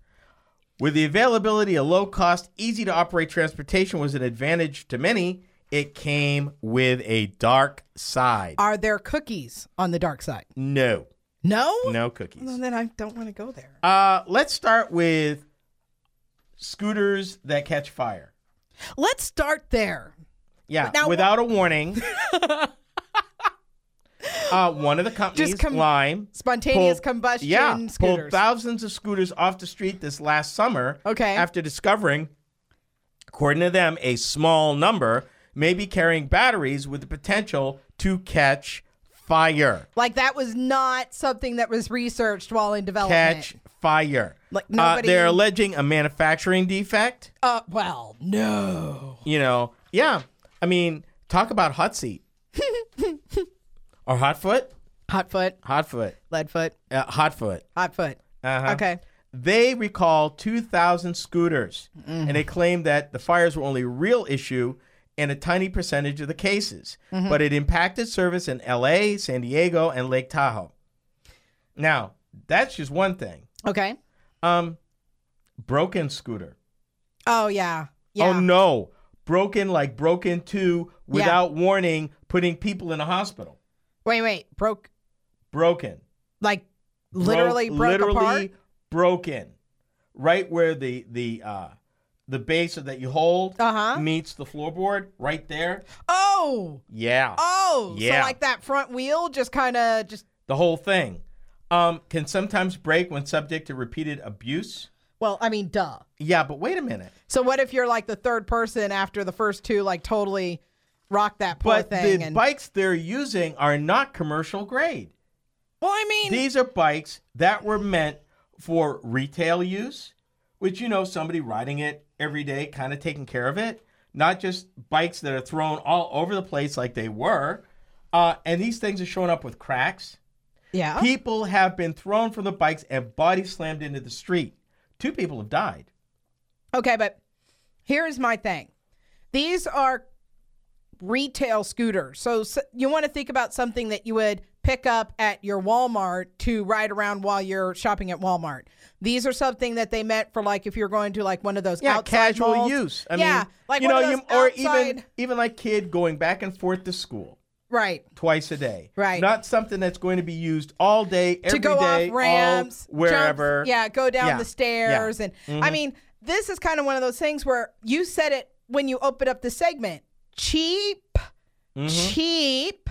[SPEAKER 2] With the availability of low cost, easy to operate transportation was an advantage to many. It came with a dark side.
[SPEAKER 3] Are there cookies on the dark side?
[SPEAKER 2] No,
[SPEAKER 3] No?
[SPEAKER 2] no
[SPEAKER 3] Well,
[SPEAKER 2] cookies.
[SPEAKER 3] then I don't want to go there.
[SPEAKER 2] Uh, let's start with scooters that catch fire.
[SPEAKER 3] Let's start there.
[SPEAKER 2] Yeah,
[SPEAKER 3] Now-
[SPEAKER 2] without a warning. uh, one of the companies,
[SPEAKER 3] com-
[SPEAKER 2] Lime,
[SPEAKER 3] Spontaneous
[SPEAKER 2] pulled-
[SPEAKER 3] combustion
[SPEAKER 2] yeah, pulled
[SPEAKER 3] scooters.
[SPEAKER 2] thousands of scooters off the street this last summer.
[SPEAKER 3] Okay.
[SPEAKER 2] After discovering, according to them, a small number may be carrying batteries with the potential to catch fire.
[SPEAKER 3] like that was not something that was researched while in development.
[SPEAKER 2] Catch fire.
[SPEAKER 3] Like
[SPEAKER 2] Uh,
[SPEAKER 3] nobody-
[SPEAKER 2] they're alleging a manufacturing defect.
[SPEAKER 3] Uh, well, no. [LAUGHS]
[SPEAKER 2] You know, yeah. I mean, talk about hot seat. or Hotfoot?
[SPEAKER 3] Hot foot,
[SPEAKER 2] Hotfoot.
[SPEAKER 3] lead foot,
[SPEAKER 2] Uh, Hotfoot.
[SPEAKER 3] hot foot.
[SPEAKER 2] Uh-huh.
[SPEAKER 3] Okay.
[SPEAKER 2] They recall 2,000 scooters, and they claim that the fires were only a real issue in a tiny percentage of the cases, but it impacted service in L.A., San Diego, and Lake Tahoe. Now, that's just one thing.
[SPEAKER 3] Okay.
[SPEAKER 2] Um, broken scooter.
[SPEAKER 3] Oh yeah. Yeah.
[SPEAKER 2] Oh no, broken like broken two without warning, putting people in a hospital.
[SPEAKER 3] Wait, wait. Broke
[SPEAKER 2] Broken.
[SPEAKER 3] like
[SPEAKER 2] Broke-
[SPEAKER 3] literally broke
[SPEAKER 2] literally
[SPEAKER 3] apart.
[SPEAKER 2] broken, right where the the uh, the base that you hold
[SPEAKER 3] Uh-huh.
[SPEAKER 2] meets the floorboard, right there.
[SPEAKER 3] Oh.
[SPEAKER 2] Yeah,
[SPEAKER 3] Oh.
[SPEAKER 2] Yeah.
[SPEAKER 3] So like that front wheel just kind of just
[SPEAKER 2] the whole thing um, can sometimes break when subject to repeated abuse.
[SPEAKER 3] well, I mean, duh.
[SPEAKER 2] Yeah, but wait a minute.
[SPEAKER 3] So what if you're like the third person after the first two like totally rock that poor
[SPEAKER 2] But
[SPEAKER 3] thing
[SPEAKER 2] the
[SPEAKER 3] and
[SPEAKER 2] bikes they're using are not commercial grade.
[SPEAKER 3] Well, I mean,
[SPEAKER 2] These are bikes that were meant for retail use, which you know somebody riding it every day, kind of taking care of it. Not just bikes that are thrown all over the place like they were. Uh, and these things are showing up with cracks.
[SPEAKER 3] yeah.
[SPEAKER 2] People have been thrown from the bikes and body slammed into the street. Two people have died.
[SPEAKER 3] Okay, but here's my thing. These are retail scooters. So, s you want to think about something that you would pick up at your Walmart to ride around while you're shopping at Walmart. These are something that they meant for like if you're going to like one of those
[SPEAKER 2] Yeah,
[SPEAKER 3] outside
[SPEAKER 2] casual
[SPEAKER 3] malls.
[SPEAKER 2] use. I
[SPEAKER 3] yeah,
[SPEAKER 2] mean,
[SPEAKER 3] like
[SPEAKER 2] you
[SPEAKER 3] one
[SPEAKER 2] know,
[SPEAKER 3] of those
[SPEAKER 2] you, or
[SPEAKER 3] outside,
[SPEAKER 2] even even like kid going back and forth to school.
[SPEAKER 3] right.
[SPEAKER 2] twice a day.
[SPEAKER 3] Right.
[SPEAKER 2] Not something that's going to be used all day, every
[SPEAKER 3] to
[SPEAKER 2] day,
[SPEAKER 3] go off
[SPEAKER 2] all-
[SPEAKER 3] ramps, jump-
[SPEAKER 2] wherever.
[SPEAKER 3] yeah, go down
[SPEAKER 2] Yeah.
[SPEAKER 3] the stairs,
[SPEAKER 2] Yeah. Mm-hmm.
[SPEAKER 3] and I mean, this is kind of one of those things where you said it when you opened up the segment: cheap,
[SPEAKER 2] Mm-hmm.
[SPEAKER 3] cheap,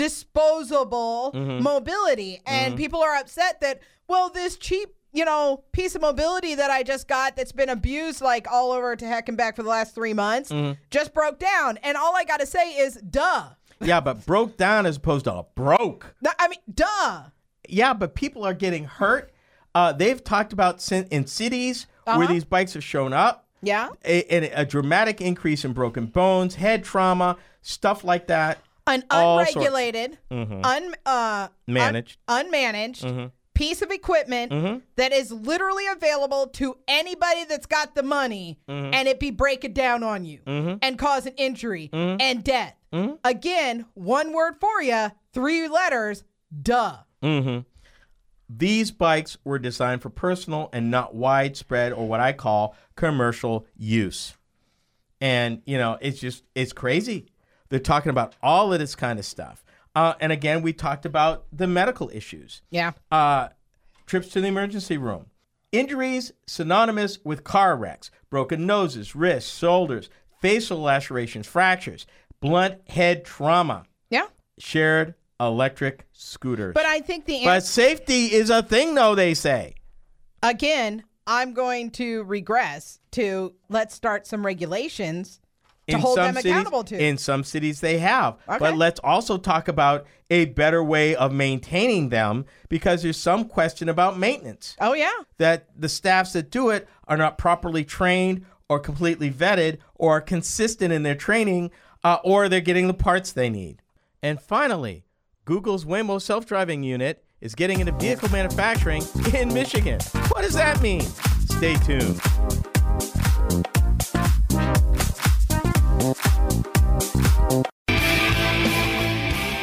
[SPEAKER 3] disposable
[SPEAKER 2] Mm-hmm.
[SPEAKER 3] mobility, and people are upset that well, this cheap. You know, piece of mobility that I just got that's been abused like all over to heck and back for the last three months
[SPEAKER 2] Mm-hmm.
[SPEAKER 3] just broke down. And all I got to say is, duh.
[SPEAKER 2] [LAUGHS] Yeah, but broke down as opposed to broke.
[SPEAKER 3] Th- I mean, duh.
[SPEAKER 2] Yeah, but people are getting hurt. Uh, they've talked about sin- in cities
[SPEAKER 3] Uh-huh.
[SPEAKER 2] where these bikes have shown up.
[SPEAKER 3] Yeah.
[SPEAKER 2] A, and a dramatic increase in broken bones, head trauma, stuff like that.
[SPEAKER 3] an
[SPEAKER 2] All sorts. Mm-hmm.
[SPEAKER 3] unregulated, un, uh,
[SPEAKER 2] Managed. Mm-hmm.
[SPEAKER 3] un- unmanaged piece of equipment that is literally available to anybody that's got the money,
[SPEAKER 2] Mm-hmm.
[SPEAKER 3] and it be breaking down on you and causing injury
[SPEAKER 2] Mm-hmm.
[SPEAKER 3] and death. Again, one word for you, three letters, duh.
[SPEAKER 2] These bikes were designed for personal and not widespread or what I call commercial use. And, you know, it's just, it's crazy. They're talking about all of this kind of stuff. Uh, and again, we talked about the medical issues,
[SPEAKER 3] Yeah.
[SPEAKER 2] uh, trips to the emergency room, injuries synonymous with car wrecks, broken noses, wrists, shoulders, facial lacerations, fractures, blunt head trauma,
[SPEAKER 3] yeah.
[SPEAKER 2] shared electric scooters.
[SPEAKER 3] But I think the answer.
[SPEAKER 2] But safety is a thing, though, they say.
[SPEAKER 3] again, I'm going to regress to let's start some regulations to hold them
[SPEAKER 2] cities,
[SPEAKER 3] accountable to.
[SPEAKER 2] In some cities, they have.
[SPEAKER 3] Okay.
[SPEAKER 2] But let's also talk about a better way of maintaining them because there's some question about maintenance
[SPEAKER 3] oh, yeah.
[SPEAKER 2] that the staffs that do it are not properly trained or completely vetted or are consistent in their training uh, or they're getting the parts they need. And finally, Google's Waymo self driving unit is getting into vehicle manufacturing in Michigan. What does that mean? Stay tuned.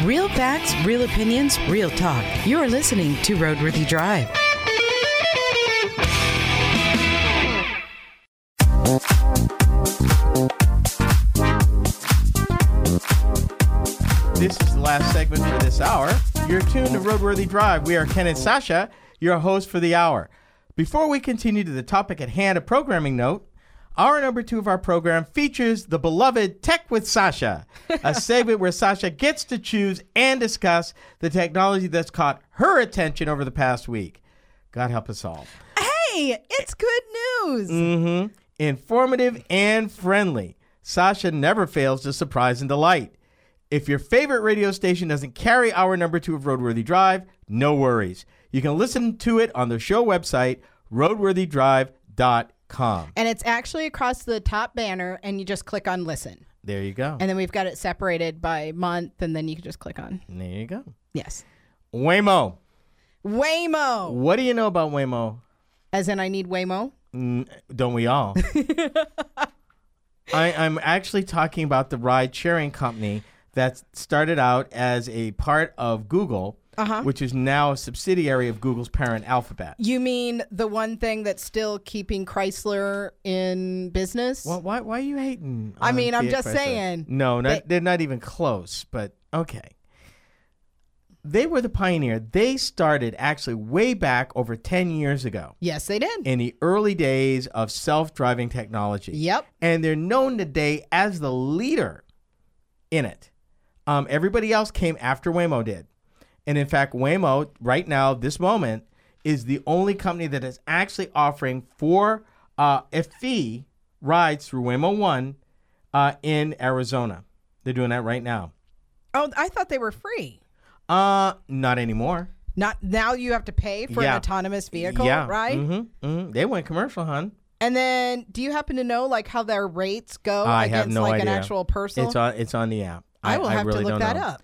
[SPEAKER 1] Real facts, real opinions, real talk. You're listening to Roadworthy Drive.
[SPEAKER 2] This is the last segment for this hour. You're tuned to Roadworthy Drive. We are Ken and Sasha, your hosts for the hour. Before we continue to the topic at hand, a programming note. Hour number two of our program features the beloved Tech with Sasha, a segment where Sasha gets to choose and discuss the technology that's caught her attention over the past week. God help us all
[SPEAKER 3] Hey, it's good news.
[SPEAKER 2] Mm. informative, and friendly. Sasha never fails to surprise and delight. If your favorite radio station doesn't carry our number two of Roadworthy Drive, no worries. You can listen to it on the show website, roadworthydrive.com.
[SPEAKER 3] And it's actually across the top banner, and you just click on listen.
[SPEAKER 2] There you go.
[SPEAKER 3] And then we've got it separated by month, and then you can just click on.
[SPEAKER 2] there you go.
[SPEAKER 3] Yes.
[SPEAKER 2] Waymo.
[SPEAKER 3] Waymo.
[SPEAKER 2] What do you know about Waymo?
[SPEAKER 3] As in, I need Waymo.
[SPEAKER 2] N- Don't we all?
[SPEAKER 3] [LAUGHS]
[SPEAKER 2] I, I'm actually talking about the ride sharing company that started out as a part of Google,
[SPEAKER 3] Uh-huh.
[SPEAKER 2] which is now a subsidiary of Google's parent Alphabet.
[SPEAKER 3] You mean the one thing that's still keeping Chrysler in business?
[SPEAKER 2] Well, why, why are you hating?
[SPEAKER 3] I
[SPEAKER 2] on
[SPEAKER 3] mean, I'm
[SPEAKER 2] Fiat
[SPEAKER 3] just
[SPEAKER 2] Chrysler?
[SPEAKER 3] saying.
[SPEAKER 2] No, not,
[SPEAKER 3] They-
[SPEAKER 2] they're not even close, but okay. They were the pioneer. They started actually way back over 10 years ago
[SPEAKER 3] yes, they did.
[SPEAKER 2] in the early days of self driving technology.
[SPEAKER 3] Yep.
[SPEAKER 2] And they're known today as the leader in it. Um, everybody else came after Waymo did. And in fact, Waymo, right now, this moment, is the only company that is actually offering for uh, a fee rides through Waymo One uh, in Arizona. They're doing that right now.
[SPEAKER 3] Oh, I thought they were free.
[SPEAKER 2] Uh, not anymore.
[SPEAKER 3] Not now. You have to pay for
[SPEAKER 2] Yeah.
[SPEAKER 3] an autonomous vehicle, right?
[SPEAKER 2] Mm-hmm, mm-hmm. They went commercial, hon.
[SPEAKER 3] And then, do you happen to know like how their rates go
[SPEAKER 2] I
[SPEAKER 3] against
[SPEAKER 2] have no
[SPEAKER 3] Oh, like
[SPEAKER 2] idea.
[SPEAKER 3] an actual person?
[SPEAKER 2] It's on. It's on the app.
[SPEAKER 3] I, will have
[SPEAKER 2] really
[SPEAKER 3] to
[SPEAKER 2] don't
[SPEAKER 3] look that
[SPEAKER 2] know.
[SPEAKER 3] up.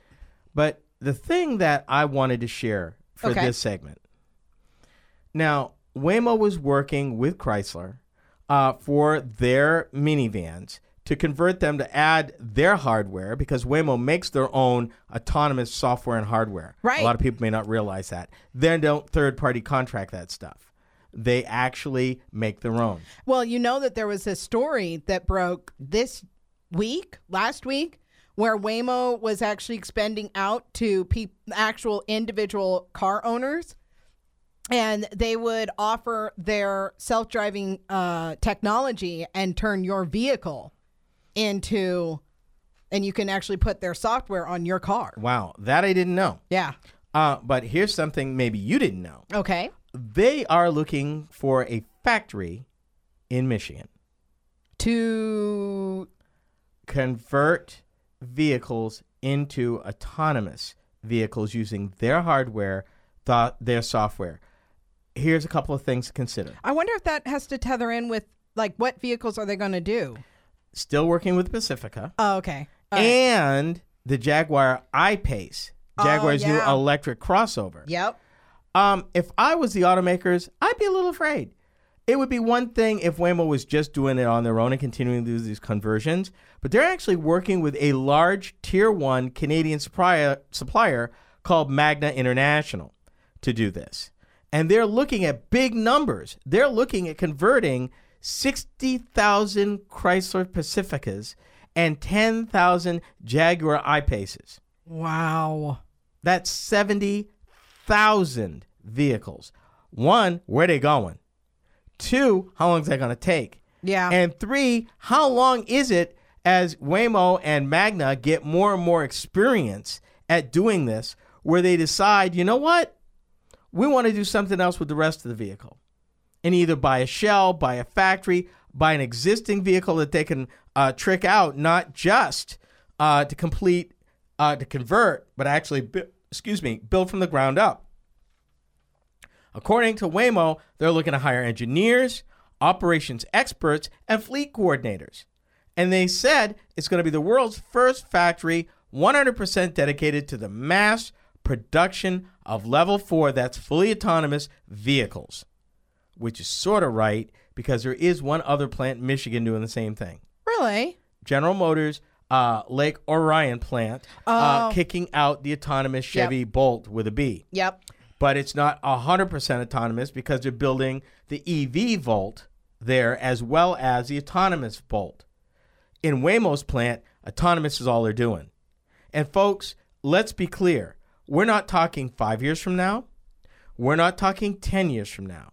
[SPEAKER 2] But the thing that I wanted to share for
[SPEAKER 3] Okay.
[SPEAKER 2] this segment. Now, Waymo was working with Chrysler uh, for their minivans to convert them to add their hardware because Waymo makes their own autonomous software and hardware.
[SPEAKER 3] Right.
[SPEAKER 2] A lot of people may not realize that. They don't third party contract that stuff. They actually make their own.
[SPEAKER 3] Well, you know that there was a story that broke this week, last week, where Waymo was actually expending out to peop actual individual car owners. And they would offer their self driving uh, technology and turn your vehicle into, and you can actually put their software on your car.
[SPEAKER 2] Wow, that I didn't know.
[SPEAKER 3] Yeah.
[SPEAKER 2] Uh, but here's something maybe you didn't know.
[SPEAKER 3] Okay.
[SPEAKER 2] They are looking for a factory in Michigan.
[SPEAKER 3] To
[SPEAKER 2] convert vehicles into autonomous vehicles using their hardware, th- their software. Here's a couple of things to consider.
[SPEAKER 3] I wonder if that has to tether in with like what vehicles are they going to do?
[SPEAKER 2] Still working with Pacifica
[SPEAKER 3] Oh, okay. All right.
[SPEAKER 2] and the Jaguar I-Pace,
[SPEAKER 3] Oh,
[SPEAKER 2] Jaguar's new
[SPEAKER 3] yeah.
[SPEAKER 2] electric crossover.
[SPEAKER 3] Yep.
[SPEAKER 2] Um, if I was the automakers, I'd be a little afraid. It would be one thing if Waymo was just doing it on their own and continuing to do these conversions, but they're actually working with a large tier one Canadian supplier, supplier called Magna International to do this. And they're looking at big numbers. They're looking at converting 60,000 Chrysler Pacificas and 10,000 Jaguar I Paces.
[SPEAKER 3] Wow.
[SPEAKER 2] That's 70,000 vehicles. One, where they going? Two, how long is that going to take?
[SPEAKER 3] Yeah.
[SPEAKER 2] And three, how long is it as Waymo and Magna get more and more experience at doing this where they decide, you know what? We want to do something else with the rest of the vehicle and either buy a shell, buy a factory, buy an existing vehicle that they can uh, trick out, not just uh, to complete, uh, to convert, but actually, bu- excuse me, build from the ground up. According to Waymo, they're looking to hire engineers, operations experts, and fleet coordinators. And they said it's going to be the world's first factory 100% dedicated to the mass production of level 4 that's fully autonomous vehicles which is sort of right because there is one other plant in Michigan doing the same thing.
[SPEAKER 3] Really?
[SPEAKER 2] General Motors uh, Lake Orion plant uh,
[SPEAKER 3] Oh.
[SPEAKER 2] kicking out the autonomous Chevy Bolt with a B.
[SPEAKER 3] Yep.
[SPEAKER 2] But it's not 100% autonomous because they're building the EV Volt there as well as the autonomous Bolt. In Waymo's plant, autonomous is all they're doing. And folks, let's be clear. We're not talking five years from now. We're not talking 10 years from now.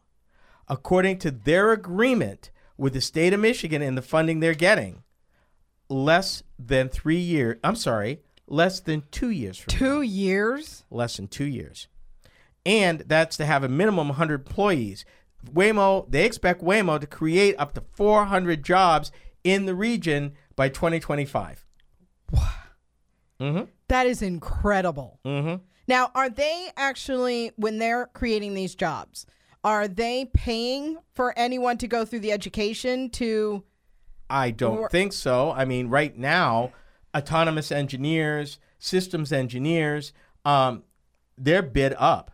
[SPEAKER 2] According to their agreement with the state of Michigan and the funding they're getting, less than three years, I'm sorry, less than two years from now.
[SPEAKER 3] Two years?
[SPEAKER 2] Less than two years. And that's to have a minimum 100 employees. Waymo, they expect Waymo to create up to 400 jobs in the region by 2025.
[SPEAKER 3] That is incredible. Mm-hmm. Now, are they actually, when they're creating these jobs, are they paying for anyone to go through the education to
[SPEAKER 2] I don't think so. I mean, right now, autonomous engineers, systems engineers, um, they're bid up.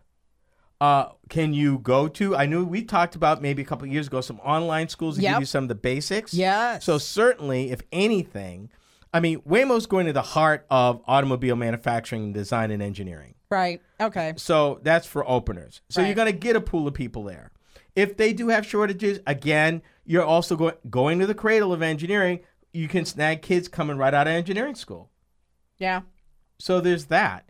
[SPEAKER 2] Uh, can you go to? I knew we talked about maybe a couple of years ago some online schools that
[SPEAKER 3] Yep.
[SPEAKER 2] give you some of the basics.
[SPEAKER 3] Yes.
[SPEAKER 2] So certainly, if anything, I mean, Waymo's going to the heart of automobile manufacturing, design, and engineering.
[SPEAKER 3] Right. Okay.
[SPEAKER 2] So that's for openers. So you're
[SPEAKER 3] Right.
[SPEAKER 2] going to get a pool of people there. If they do have shortages, again, you're also going going to the cradle of engineering. You can snag kids coming right out of engineering school.
[SPEAKER 3] Yeah.
[SPEAKER 2] So there's that.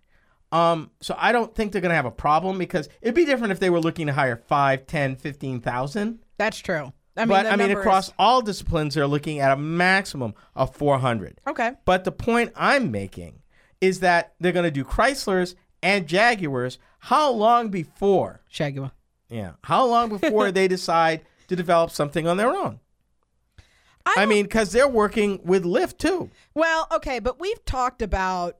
[SPEAKER 2] Um, so I don't think they're going to have a problem because it'd be different if they were looking to hire 5, 10, 15,000.
[SPEAKER 3] That's true. I mean,
[SPEAKER 2] But
[SPEAKER 3] the
[SPEAKER 2] I mean,
[SPEAKER 3] number is-
[SPEAKER 2] across all disciplines, they're looking at a maximum of 400.
[SPEAKER 3] Okay.
[SPEAKER 2] But the point I'm making is that they're going to do Chryslers and Jaguars. How long before?
[SPEAKER 3] Shagua.
[SPEAKER 2] Yeah. How long
[SPEAKER 3] [LAUGHS]
[SPEAKER 2] before they decide to develop something on their own? I, mean, because they're working with Lyft too.
[SPEAKER 3] Well, okay, but we've talked about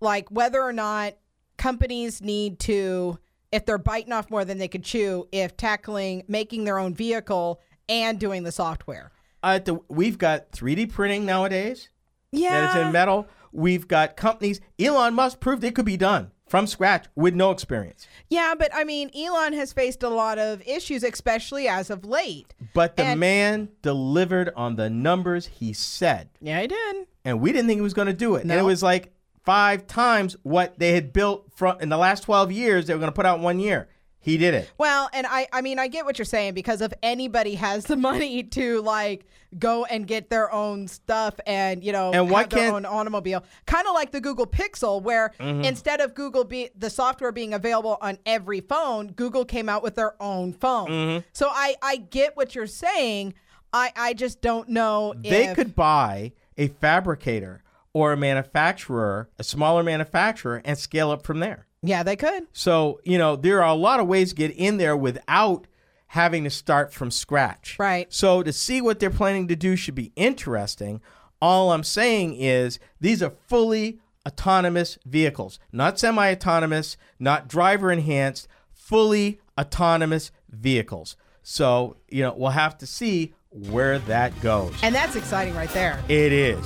[SPEAKER 3] like whether or not companies need to, if they're biting off more than they could chew, if tackling making their own vehicle and doing the software.
[SPEAKER 2] Uh, the, we've got 3D printing nowadays that
[SPEAKER 3] Yeah.
[SPEAKER 2] it's in metal. We've got companies. Elon Musk proved it could be done from scratch with no experience.
[SPEAKER 3] yeah, but I mean, Elon has faced a lot of issues, especially as of late.
[SPEAKER 2] But the
[SPEAKER 3] And-
[SPEAKER 2] man delivered on the numbers he said.
[SPEAKER 3] Yeah, he did.
[SPEAKER 2] and we didn't think he was going to do it. And
[SPEAKER 3] No.
[SPEAKER 2] it was like five times what they had built from in the last 12 years they were going to put out in one year. He did it.
[SPEAKER 3] Well, and I I mean I get what you're saying because if anybody has the [LAUGHS] money to like go and get their own stuff and you know
[SPEAKER 2] And why
[SPEAKER 3] have their
[SPEAKER 2] can't- Mm-hmm.
[SPEAKER 3] own automobile, kind of like the Google Pixel, where instead of Google be the software being available on every phone, Google came out with their own phone.
[SPEAKER 2] Mm-hmm.
[SPEAKER 3] So I I get what you're saying. I I just don't know.
[SPEAKER 2] They
[SPEAKER 3] if,
[SPEAKER 2] could buy a fabricator or a manufacturer, a smaller manufacturer, and scale up from there.
[SPEAKER 3] Yeah, they could.
[SPEAKER 2] So, you know, there are a lot of ways to get in there without having to start from scratch.
[SPEAKER 3] Right.
[SPEAKER 2] So, to see what they're planning to do should be interesting. All I'm saying is these are fully autonomous vehicles, not semi autonomous, not driver enhanced, fully autonomous vehicles. So, you know, we'll have to see where that goes.
[SPEAKER 3] And that's exciting right there.
[SPEAKER 2] It is.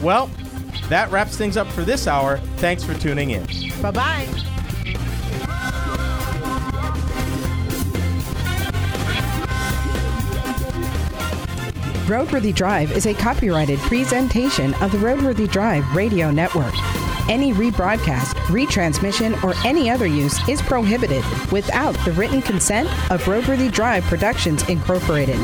[SPEAKER 2] Well, that wraps things up for this hour. Thanks for tuning in.
[SPEAKER 3] Bye bye.
[SPEAKER 1] Roadworthy Drive is a copyrighted presentation of the Roadworthy Drive Radio Network. Any rebroadcast, retransmission, or any other use is prohibited without the written consent of Roadworthy Drive Productions Incorporated.